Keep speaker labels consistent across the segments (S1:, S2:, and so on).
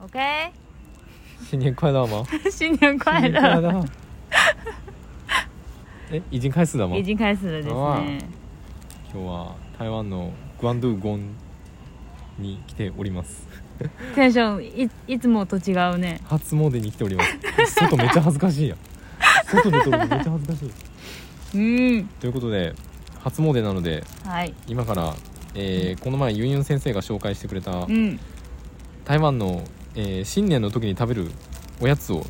S1: OK，
S2: 新年快乐吗？
S1: 新年快
S2: 新年
S1: 乐！
S2: 快乐。 え、已经开始了吗？
S1: 已经开始了です
S2: わあ
S1: ね。
S2: 今日は台湾のグアンドゥゴンに来ております。
S1: テンションいいつもと違うね。
S2: 初詣に来ております。外めっちゃ恥ずかしいやん。外で撮るのめっちゃ恥ずかしい。
S1: うん。
S2: ということで初詣なので
S1: はい。
S2: 今から、えーこの前ユンユン先生が紹介してくれた
S1: うん。
S2: 台湾の、えー新年の時に食べるおやつを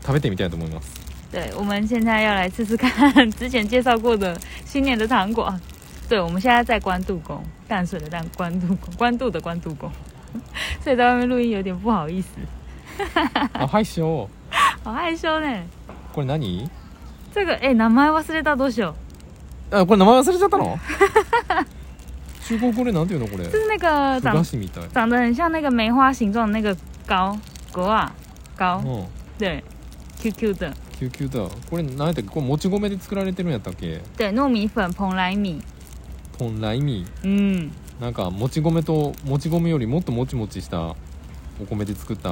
S2: 食べてみたいと思 います。
S1: 对，我们现在要来试试看之前介绍过的新年的糖果。啊对，我们现在在关渡宫，淡水的淡关渡宫，关渡的关渡宫， 所以在外面录音有点不好意思，
S2: あ、はいしよう。
S1: 好害羞呢。
S2: これ何？
S1: 这个哎，名前忘れたどうしよ
S2: あ、これ名前忘れちゃったの？ 中国語でなんていうのこれ
S1: う。？就是那个
S2: ふ菓
S1: 长
S2: 子みたい。
S1: 长得很像那个梅花形状的那个糕，果啊糕，
S2: うん。
S1: 对，QQ 的，
S2: 救急だ。これ何やったっけ？これもち米で作られてるんやったっけ？
S1: 对，糯米粉、蓬莱米，
S2: 本来味
S1: 嗯，
S2: なんかもち米ともち米よりもっともちもちしたお米で作った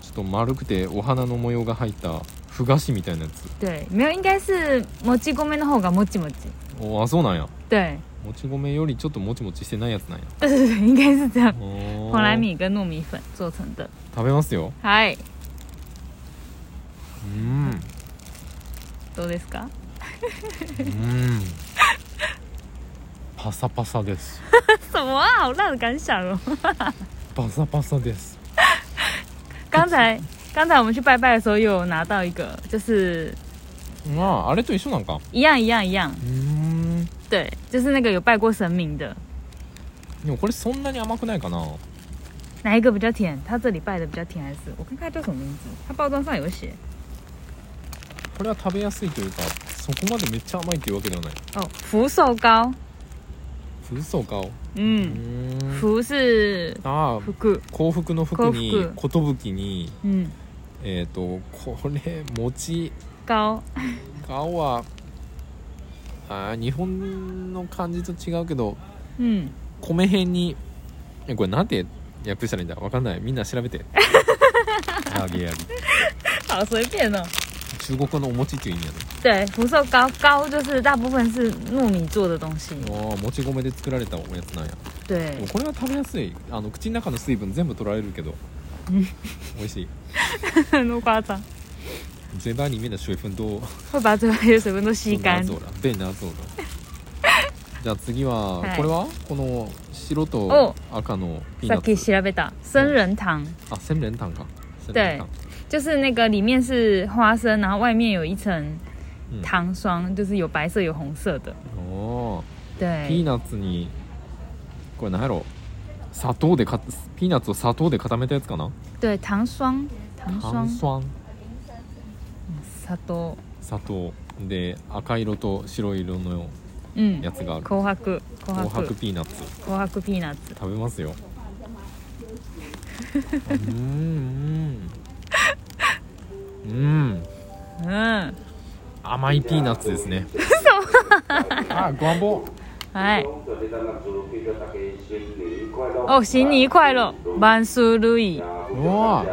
S2: ちょっと丸くてお花の模様が入ったふ菓子みたいなやつ。
S1: 对，没有，应该是もち米の方がもちもち，
S2: おあそうなんや。
S1: 对，
S2: もち米よりちょっともちもちしてないやつなんや。
S1: 对对对，应该是这样。
S2: 蓬
S1: 蓬莱米跟糯米粉做成的。
S2: 食べますよ。
S1: はい、
S2: うん。
S1: どうですか？
S2: うん。 パサパサです。
S1: 什么啊，好烂的感想 哦！
S2: パサパサです。
S1: 刚才刚才我们去拜拜的时候，有拿到一个，就是
S2: まああれと一緒なんか。
S1: 一样一样一样，
S2: うん。
S1: 对，就是那个有拜过神明的，
S2: でもこれそんなに甘くないかな。
S1: 哪一个比较甜？他这里拜的比较甜还是？我看看它叫什么名字，它包装上有写
S2: これは食べやすいというかそこまでめっちゃ甘いっていうわけではない
S1: 哦，福寿糕，
S2: 風俗かを
S1: 嗯，福是
S2: ああ
S1: 福く，
S2: 幸福の服に
S1: 幸
S2: 寿に
S1: 嗯，
S2: えっ、とこれ餅
S1: 糕，
S2: 顔はあー日本の感じと違うけど
S1: 嗯，
S2: 米辺にえこれなんて訳したらいいんだわかんないみんな調べ て揚げ揚げ
S1: 好随便哦。
S2: 中国のお餅っていう意味やね
S1: 对，福寿糕，糕就是大部分是糯米做的东西。
S2: ああもち米で作られたおやつなんや
S1: 对
S2: で も，これは食べやすいあの口の中の水分全部取られるけど美味しい
S1: 多夸张，
S2: 嘴巴里面的水分都
S1: 会把嘴巴里的水分都吸干
S2: 拿。走了，被拿走了。じゃあ次は、
S1: はい
S2: これはこの白と
S1: お
S2: 赤のピー
S1: さ
S2: ナ
S1: っき
S2: ッツ。
S1: 調べた生人糖，
S2: あ、千連炭か。千
S1: 对
S2: 連炭。
S1: 就是那个里面是花生，然后外面有一层糖霜，就是有白色有红色的。
S2: おー
S1: 对，
S2: ピーナッツにこれ何やろ。砂糖でかピーナッツを砂糖で固めたやつかな。
S1: 对，糖霜，糖霜，
S2: 炭酸、
S1: 砂糖，
S2: 砂糖で赤色と白色の
S1: 嗯，
S2: やつがある。
S1: 紅白，紅
S2: 紅
S1: 白
S2: 白，ピーナッツ
S1: 紅白ピーナッツ。
S2: 食べますよ。うーん。うーん。
S1: 嗯，
S2: 甘いピーナッツですね。あ、ご安保。
S1: 哎，
S3: 哦
S1: 哦，新年快乐，万事如意。
S2: 哇！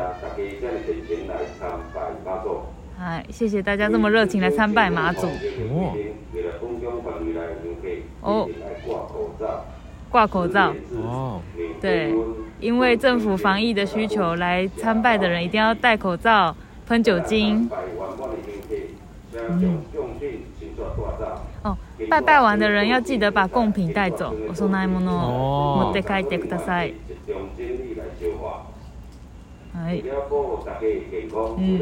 S1: 哎，谢谢大家这么热情来参拜马祖，哦
S2: 哇！
S1: 挂口罩。
S2: 哇！
S1: 对，因为政府防疫的需求，来参拜的人一定要戴口罩、喷酒精。哦，拜拜完的人要记得把贡品带走。我说那ものを持っ
S2: 哦
S1: て帰ってください。哎，
S3: 嗯。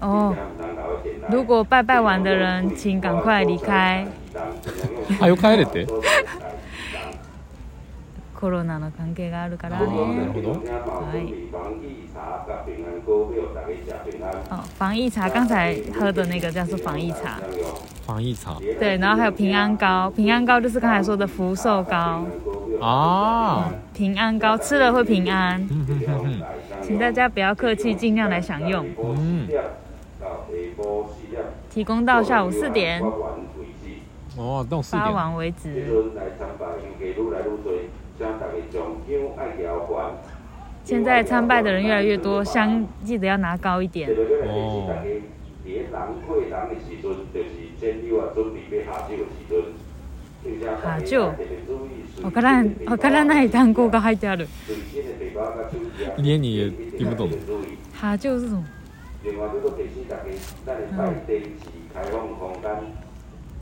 S1: 哦如
S3: 如果
S1: 果拜拜
S3: 拜
S1: 完
S3: 完
S1: 的
S3: 的
S1: 人，
S3: 人，
S1: 请
S3: 请
S1: 赶
S3: 赶
S1: 快
S3: 快
S1: 离
S3: 离
S1: 开
S3: 开。。
S2: はよ帰れて。
S1: コロナの関係があるから
S2: あーな
S1: ね。
S2: るほど
S1: 哎
S3: はい。
S1: 哦，防疫茶，刚才喝的那个叫做防疫茶。
S2: ファンイーサー。
S1: 对，然后还有平安膏，平安膏就是刚才说的福寿膏。
S2: あ
S1: 平安膏吃了会平安，
S2: ー。ふんふんふん
S1: 请大家不要客气，尽量来享用。
S2: ふんうん。
S1: 提供到下午四点。
S2: おああ、でも四
S1: 发
S2: 点。
S1: 完为
S3: 这
S1: 止。
S3: 阵来参拜的人家愈来愈
S1: 现在参拜的人越来越
S3: 多，请大家上香爱交换。
S1: 多，香记得要拿高一点
S3: 这。个要来提醒大家，伫人过人的时阵，就是战友啊准备要下酒的时阵。
S1: 下酒わからん、わからない単語が入ってある。
S2: 家に也听不懂
S1: 哈就是什么？
S3: 另外，你阁提醒大家，咱的拜地是开放空间。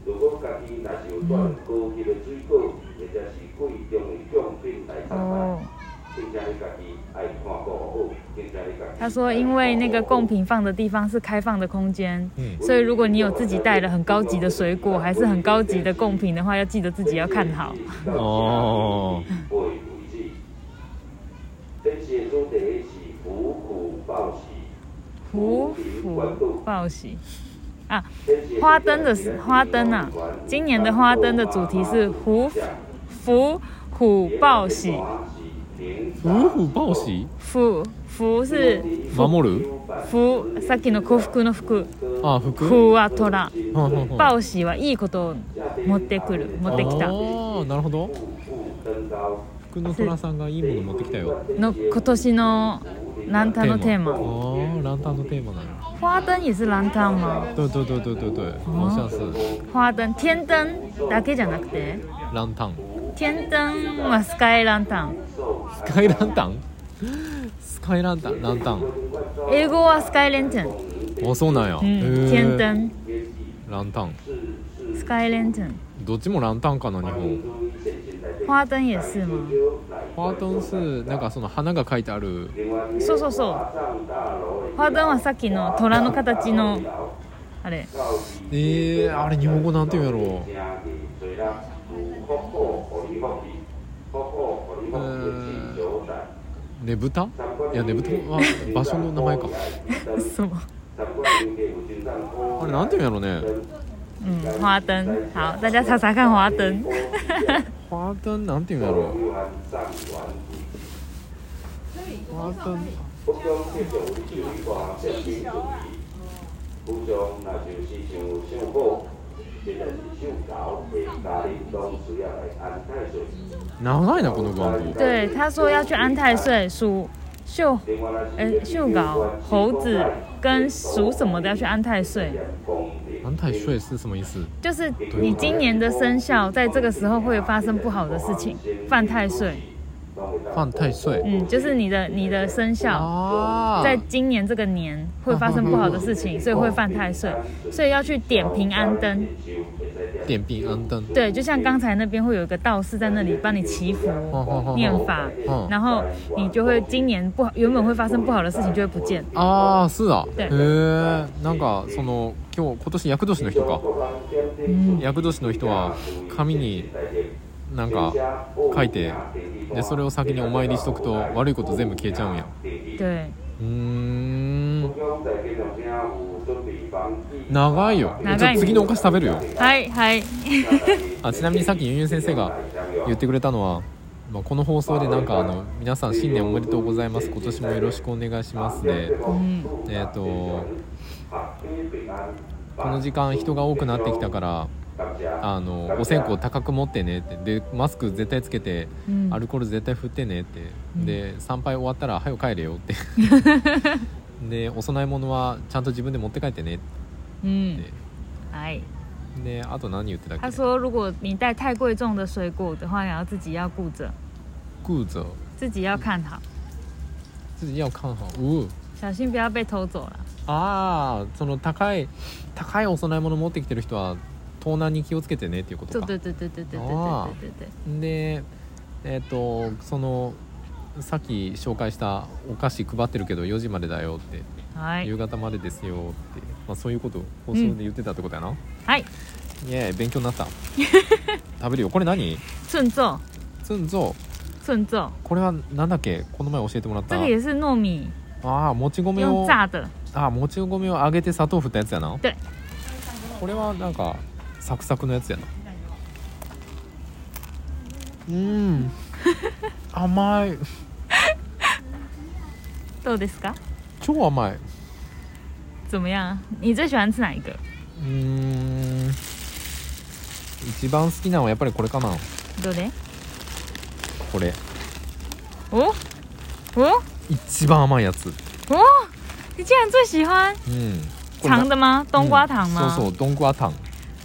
S3: 如果家己若是有带高级的水果，或者是贵重的奖品来参
S1: 哦
S3: 拜，，并且你家己爱看顾好，并且你家己。
S1: 他说因为那个贡品放的地方是开放的空间，
S2: 嗯
S1: 所以如果你有自己带了很高级的水果，还是很高级的贡品的话，要记得自己要看好。
S2: 哦。
S3: 这些主题是五谷报喜，
S1: 胡福报喜啊，
S3: 这些
S1: 花灯的是花灯啊，今年的花灯的主题是胡福虎报喜，
S2: 五虎豹喜，
S1: 福福是
S2: 守る。
S1: 福，さっきの幸福の福。
S2: ああ、服。
S1: 福は虎。
S2: ほんほんほん
S1: 報喜はいいことを持ってくる、持ってきた。
S2: ああ、なるほど。服の虎さんがいいもの持ってきたよ。
S1: の今年のランタンのテー
S2: あ
S1: マ。
S2: あ、ランタンのテーマなの。
S1: 花灯也是ランタン吗？
S2: 对对对对对对，好像是
S1: 花灯、天灯だけじゃなくて、
S2: ランタン。
S1: 天灯はスカイランタン。
S2: スカイランタンスカイランタン、ランタン。
S1: 英語はスカイランタン。
S2: あ、そうなんや。
S1: う
S2: へ
S1: ん、
S2: ー
S1: 嗯天灯、
S2: ランタン。
S1: スカイランタン。
S2: どっちもランタンかな、日本。
S1: 花灯也是吗？
S2: 花灯是なんかその花が書いてある。
S1: そうそうそう。花灯はさっきの虎の形のあれ。
S2: ええー、あれ日本語なんて言うんやろう。えー、ねぶたいやねぶたは場所の名前か。
S1: そう。
S2: あれなんて言うんやろうね。
S1: 嗯，花灯。好，大家查查看花灯。
S2: 花灯なんて言うんやろう。花灯長いなこの番号。
S1: 对，他说要去安太岁属秀，哎，秀稿猴子跟属什么的要去安太岁，
S2: 安泰税是什么意思？
S1: 就是你今年的生肖在这个时候会发生不好的事情，犯太岁，
S2: 犯太岁。
S1: 嗯，就是你的你的生肖。
S2: ああ。
S1: 在今年这个年会发生不好的事情，所以会犯太岁，所以要去点平安灯。
S2: 点兵安灯。
S1: 对，就像刚才那边会有一个道士在那里帮你祈福、
S2: ほんほんほんほん
S1: 念法，
S2: 嗯
S1: 然后你就会今年不好，原本会发生不好的事情就会不见。
S2: ああ、そうだ。
S1: 对
S2: へえ。なんかその今日今年厄年の人か。厄年の人は紙になんか書いてでそれを先にお参りしとくと悪いこと全部消えちゃうんや
S1: 对，
S2: うーん長いよ
S1: 長い
S2: じゃあ次のお菓子食べるよ
S1: 嗨嗨，
S2: あちなみにさっきゆんゆん先生が言ってくれたのは、まあ、この放送でなんかあの皆さん新年おめでとうございます今年もよろしくお願いしますで
S1: 嗯，
S2: えっ、とこの時間人が多くなってきたからあのお線香高く持ってねってでマスク絶対つけて
S1: 嗯
S2: アルコール絶対振ってねって、で参拝終わったら「早く帰れよ」って でお供え物はちゃんと自分で持って帰ってねっ
S1: 嗯
S2: て，
S1: 哎，
S2: であと何言ってたっ
S1: 他
S2: け
S1: 说如果你带太贵重的水果的话，也要自己要顾着，
S2: グーザー
S1: 自己要看好，
S2: 自己要看好うう
S1: 小心不要被偷走了。
S2: ああその高い高いお供え物持ってきてる人は盗難に気をつけてねっていうこと
S1: 对
S2: か
S1: 对对对对对对
S2: 哦
S1: 对对对
S2: でえっ、とそのさっき紹介したお菓子配ってるけど4時までだよって
S1: 对，哎
S2: 夕方までですよって、まあ、そういうことを放送で言ってたってことやな、
S1: 哎，
S2: いやいや勉強になった 食べるよこれ何
S1: 顺奏
S2: ツンゾ
S1: 顺奏，
S2: これはなんだっけこの前教えてもらっ
S1: 这
S2: た
S1: 个也是糯米
S2: ああもち米
S1: 用
S2: を
S1: 炸的，
S2: ああもち米を揚げて砂糖振ったやつやな
S1: 对
S2: これはなんかサクサクのやつやなうーん甘い
S1: 豆ですか？
S2: 超甘い
S1: 啊怎么样？你最喜欢吃哪一个？
S2: うーん一番好きなのはやっぱりこれかな
S1: どれ
S2: これ
S1: おお
S2: 一番甘いやつ
S1: 哦，你竟然最喜欢
S2: うんこれな
S1: 长的吗？冬瓜糖吗？
S2: うんそうそう冬瓜糖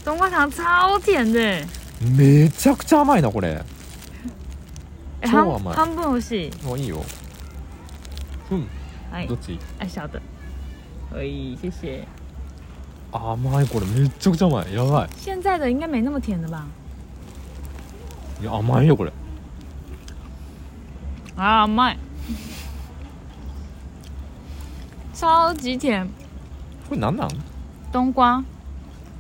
S1: 冬瓜糖超甜的，哎、
S2: めちゃくちゃ甘いなこれ超
S1: 半
S2: 甘い
S1: 半分欲しい。
S2: もういいようん
S1: 哎
S2: どっち
S1: 哎，小的，哎，谢谢。
S2: 甘いこれめちゃくちゃ甘いやばい
S1: 现在的应该没那么甜的吧？
S2: いや甘いよこれ
S1: 啊，卖，超级甜，
S2: これなんなん
S1: 冬瓜，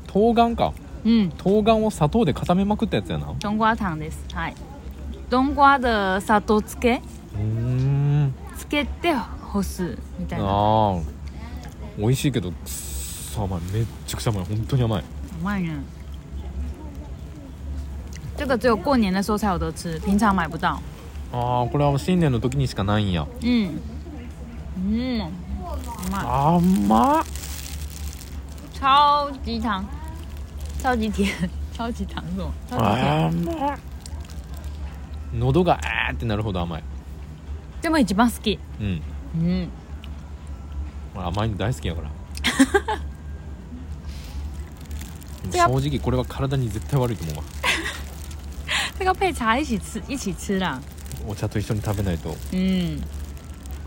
S2: 冬瓜か
S1: 嗯，
S2: 冬瓜を砂糖で固めまくったやつやなう
S1: 冬瓜糖です。はい。冬瓜的砂糖漬け
S2: ーん
S1: つけて干すみたいな。
S2: あー美味しいけどくっそ甘いめっちゃくちゃ甘い本当に甘い
S1: 慢人。这个只有过年的时候才有得吃，平常买不到。
S2: あーこれは新年の時にしかないんや
S1: 嗯，嗯，妈，
S2: 甘っ
S1: 超级糖，超级 甜，超级糖是吗？超级甜。
S2: 甘っ喉があーってなるほど甘い
S1: でも一番好き。
S2: うん
S1: 嗯，
S2: 俺甘いの大好き やから
S1: てか
S2: 正直これは体に絶対悪いと思うわ
S1: 这个配茶一起吃，一起吃啦。
S2: お茶と一緒に食べないと
S1: 嗯，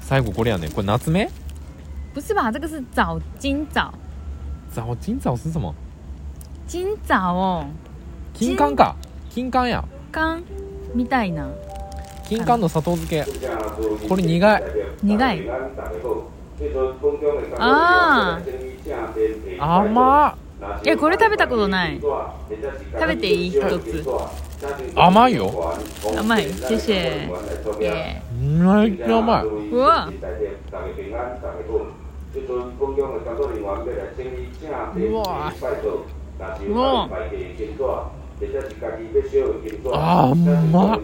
S2: 最後これやねこれ夏目
S1: 不是吧？这个是枣金枣，
S2: ザオチンザオスズモ
S1: 金枣哦，
S2: 金柑か金柑や
S1: 刚みたいな。
S2: 金柑の砂糖漬け
S3: こ
S2: これ苦い
S1: 苦いあ
S2: 甘っ
S1: えこれ食べたことない
S3: 食
S1: べていい一つ
S2: 甘いよ
S1: 甘い谢谢耶、
S2: めっちゃ甘いう
S1: わ
S3: うわ
S2: あうまっ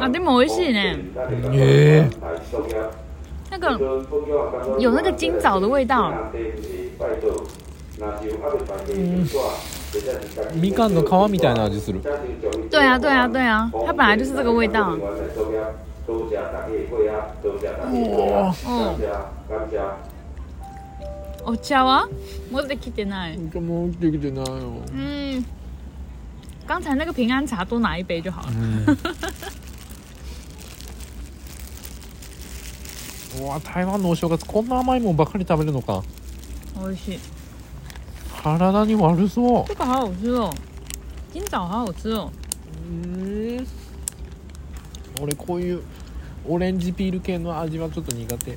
S1: あでも美味しいね
S2: え
S1: 那
S3: 那
S1: 个
S3: 个
S1: 有
S3: 有
S1: 那
S3: 那
S1: 个
S3: 个
S1: 金
S3: 金
S1: 枣的
S3: 枣的
S1: 味
S3: 味
S1: 道
S3: 道。
S2: みかんの皮みたいな味する
S3: 对
S1: 对
S3: 啊，
S1: 啊，
S3: 对
S1: 对
S3: 啊，
S1: 啊，
S3: 对
S1: 对
S3: 啊，
S1: 啊，
S3: 它
S1: 它
S3: 本
S1: 本
S3: 来
S1: 来就
S3: 就
S1: 是是
S3: 这
S1: 这
S3: 个
S1: 个
S3: 味
S1: 味
S3: 道
S1: 道。。
S2: 哇
S1: 哦お茶は持ってきてない。
S2: もうできてないよ
S1: 嗯，刚才那个平安茶多拿一杯就好了。
S2: うわ台湾 のお正月こんな甘いもんばかり食べるのか
S1: 美味しい。
S2: 体に悪そ
S1: 这个好好吃哦，金枣好好吃哦。
S2: ううん俺こういうオレンジピール系の味はちょっと苦手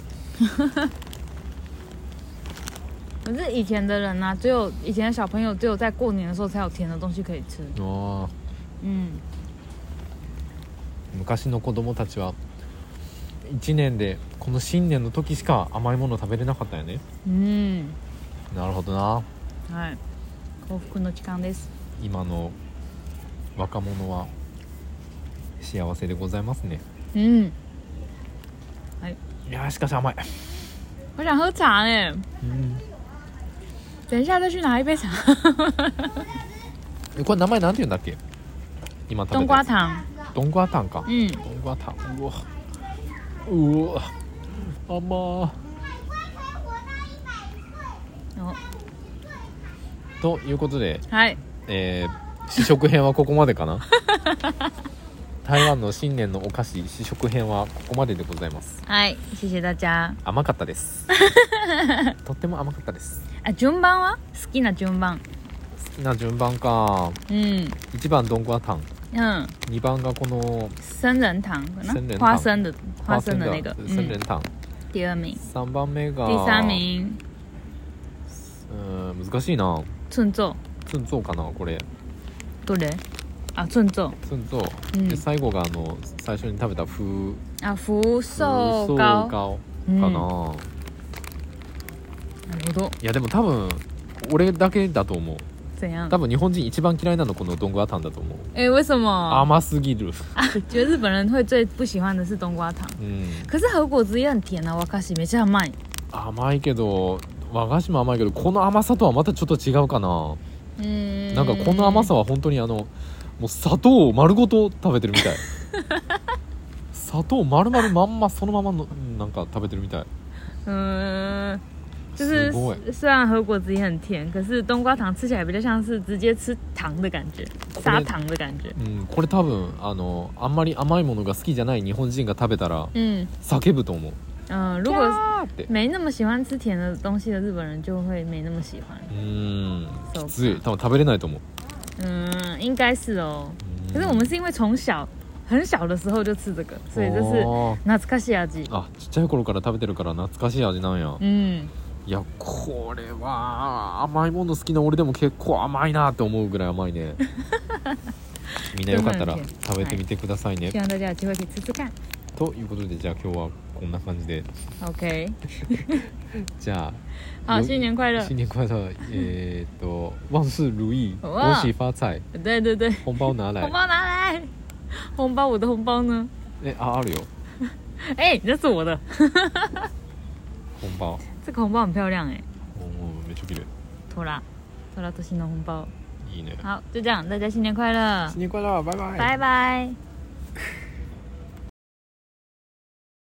S1: 可是以前的人呢、只有以前的小朋友只有在过年的时候才有甜的东西可以吃。
S2: あ
S1: 嗯，
S2: 昔の子供たちは1年でこの新年の時しか甘いもの食べれなかったよね
S1: 嗯，哎
S2: なるほどな
S1: はい。幸福の時間です。
S2: 今の若者は幸せでございますね
S1: 嗯，
S2: いやーしかし甘い、
S1: 我想喝茶呢，等一下再去拿一杯 茶。
S2: えこれ名前なんて言うんだっけ今食べた
S1: 冬瓜糖，
S2: ドングアタンか
S1: 嗯，
S2: ドングアタンうわうわ甘ー
S1: 哦，
S2: ということで、
S1: 嗨，
S2: えー試食編はここまでか な台湾の新年のお菓子試食編はここまででございます
S1: 嗨，谢谢大家。
S2: 甘かったです とっても甘かったです
S1: 啊，順番は好きな順番。
S2: 好きな順番か
S1: 嗯
S2: 1番ドングアタン
S1: 嗯，
S2: 2番がこの
S1: 生人糖可
S2: 生人
S1: 能
S2: 糖
S1: 花生的花生的那
S2: が
S1: 个，
S2: 仙人
S1: 嗯，
S2: タン
S1: 第二名，
S2: 3番目が
S1: 第三名
S2: うーん難しいな
S1: 寸奏，
S2: ツンツォーかなこれ
S1: どれ？あ、啊寸奏
S2: ツンツォー、
S1: うん
S2: で最後があの最初に食べた風
S1: 啊，福寿嗯
S2: 風
S1: 膏，
S2: か
S1: うん
S2: な、
S1: なるほど。
S2: いやでも多分俺だけだと思う
S1: 怎样
S2: 多？分日本人一番嫌いなのこのドングアタンだと思う
S1: 哎、为什么？
S2: 甘すぎる
S1: 觉得日本人会最不喜欢的是冬瓜糖，
S2: うん
S1: 可是和果子也很甜啊，我卡西没这样卖。
S2: 甘いけど和菓子も甘いけどこの甘さとはまたちょっと違うかな
S1: うん
S2: なんかこの甘さは本当にあのもう砂糖を丸ごと食べてるみ たい砂糖丸々まんまそのままのなんか食べてるみたい
S1: 嗯，就是
S2: すごい
S1: 虽然和果子也很甜，可是冬瓜糖吃起来比较像是直接吃糖的感觉，砂糖的感觉。
S2: うん、これ多分あのあんまり甘いものが好きじゃない日本人が食べたら
S1: 嗯
S2: 叫ぶと思う
S1: 嗯、呃如果
S2: あーって
S1: 没那么喜欢吃甜的东西的日本人，就会没那么喜欢。
S2: うーん
S1: そう
S2: きつい多分食べれないと思う
S1: 嗯，应该是哦。
S2: うん
S1: 可是我们是因为从小很小的时候就吃这个，所以这是
S2: あー
S1: 那斯卡西亚鸡。
S2: あちっちゃい頃から食べてるから懐かしい味なんや、
S1: 嗯，
S2: いやこれは甘いもの好きな俺でも結構甘いなって思うぐらい甘 いねみんなよかったら食べてみてくださいね、
S1: 希望大家有机会可以吃吃看。
S2: ということでじゃあ今日はこんな感じで
S1: OK，
S2: じゃあ
S1: 好，
S2: よ
S1: 新年快乐！
S2: 新年快乐えー、っと「万事如意
S1: う
S2: 恭
S1: わ
S2: 喜发财
S1: 对对对，
S2: 红包拿来
S1: 红包拿来，红包我的红包呢？”
S2: えああるよ
S1: 哎、这是我的，
S2: 本包
S1: 这个红包很漂亮哎、
S2: おーめっちゃ綺麗
S1: 拖拉，拖拉都新的红包。
S2: いいね
S1: 好，就这样，大家新年快乐，
S2: 新年快乐バイバイ
S1: 拜拜。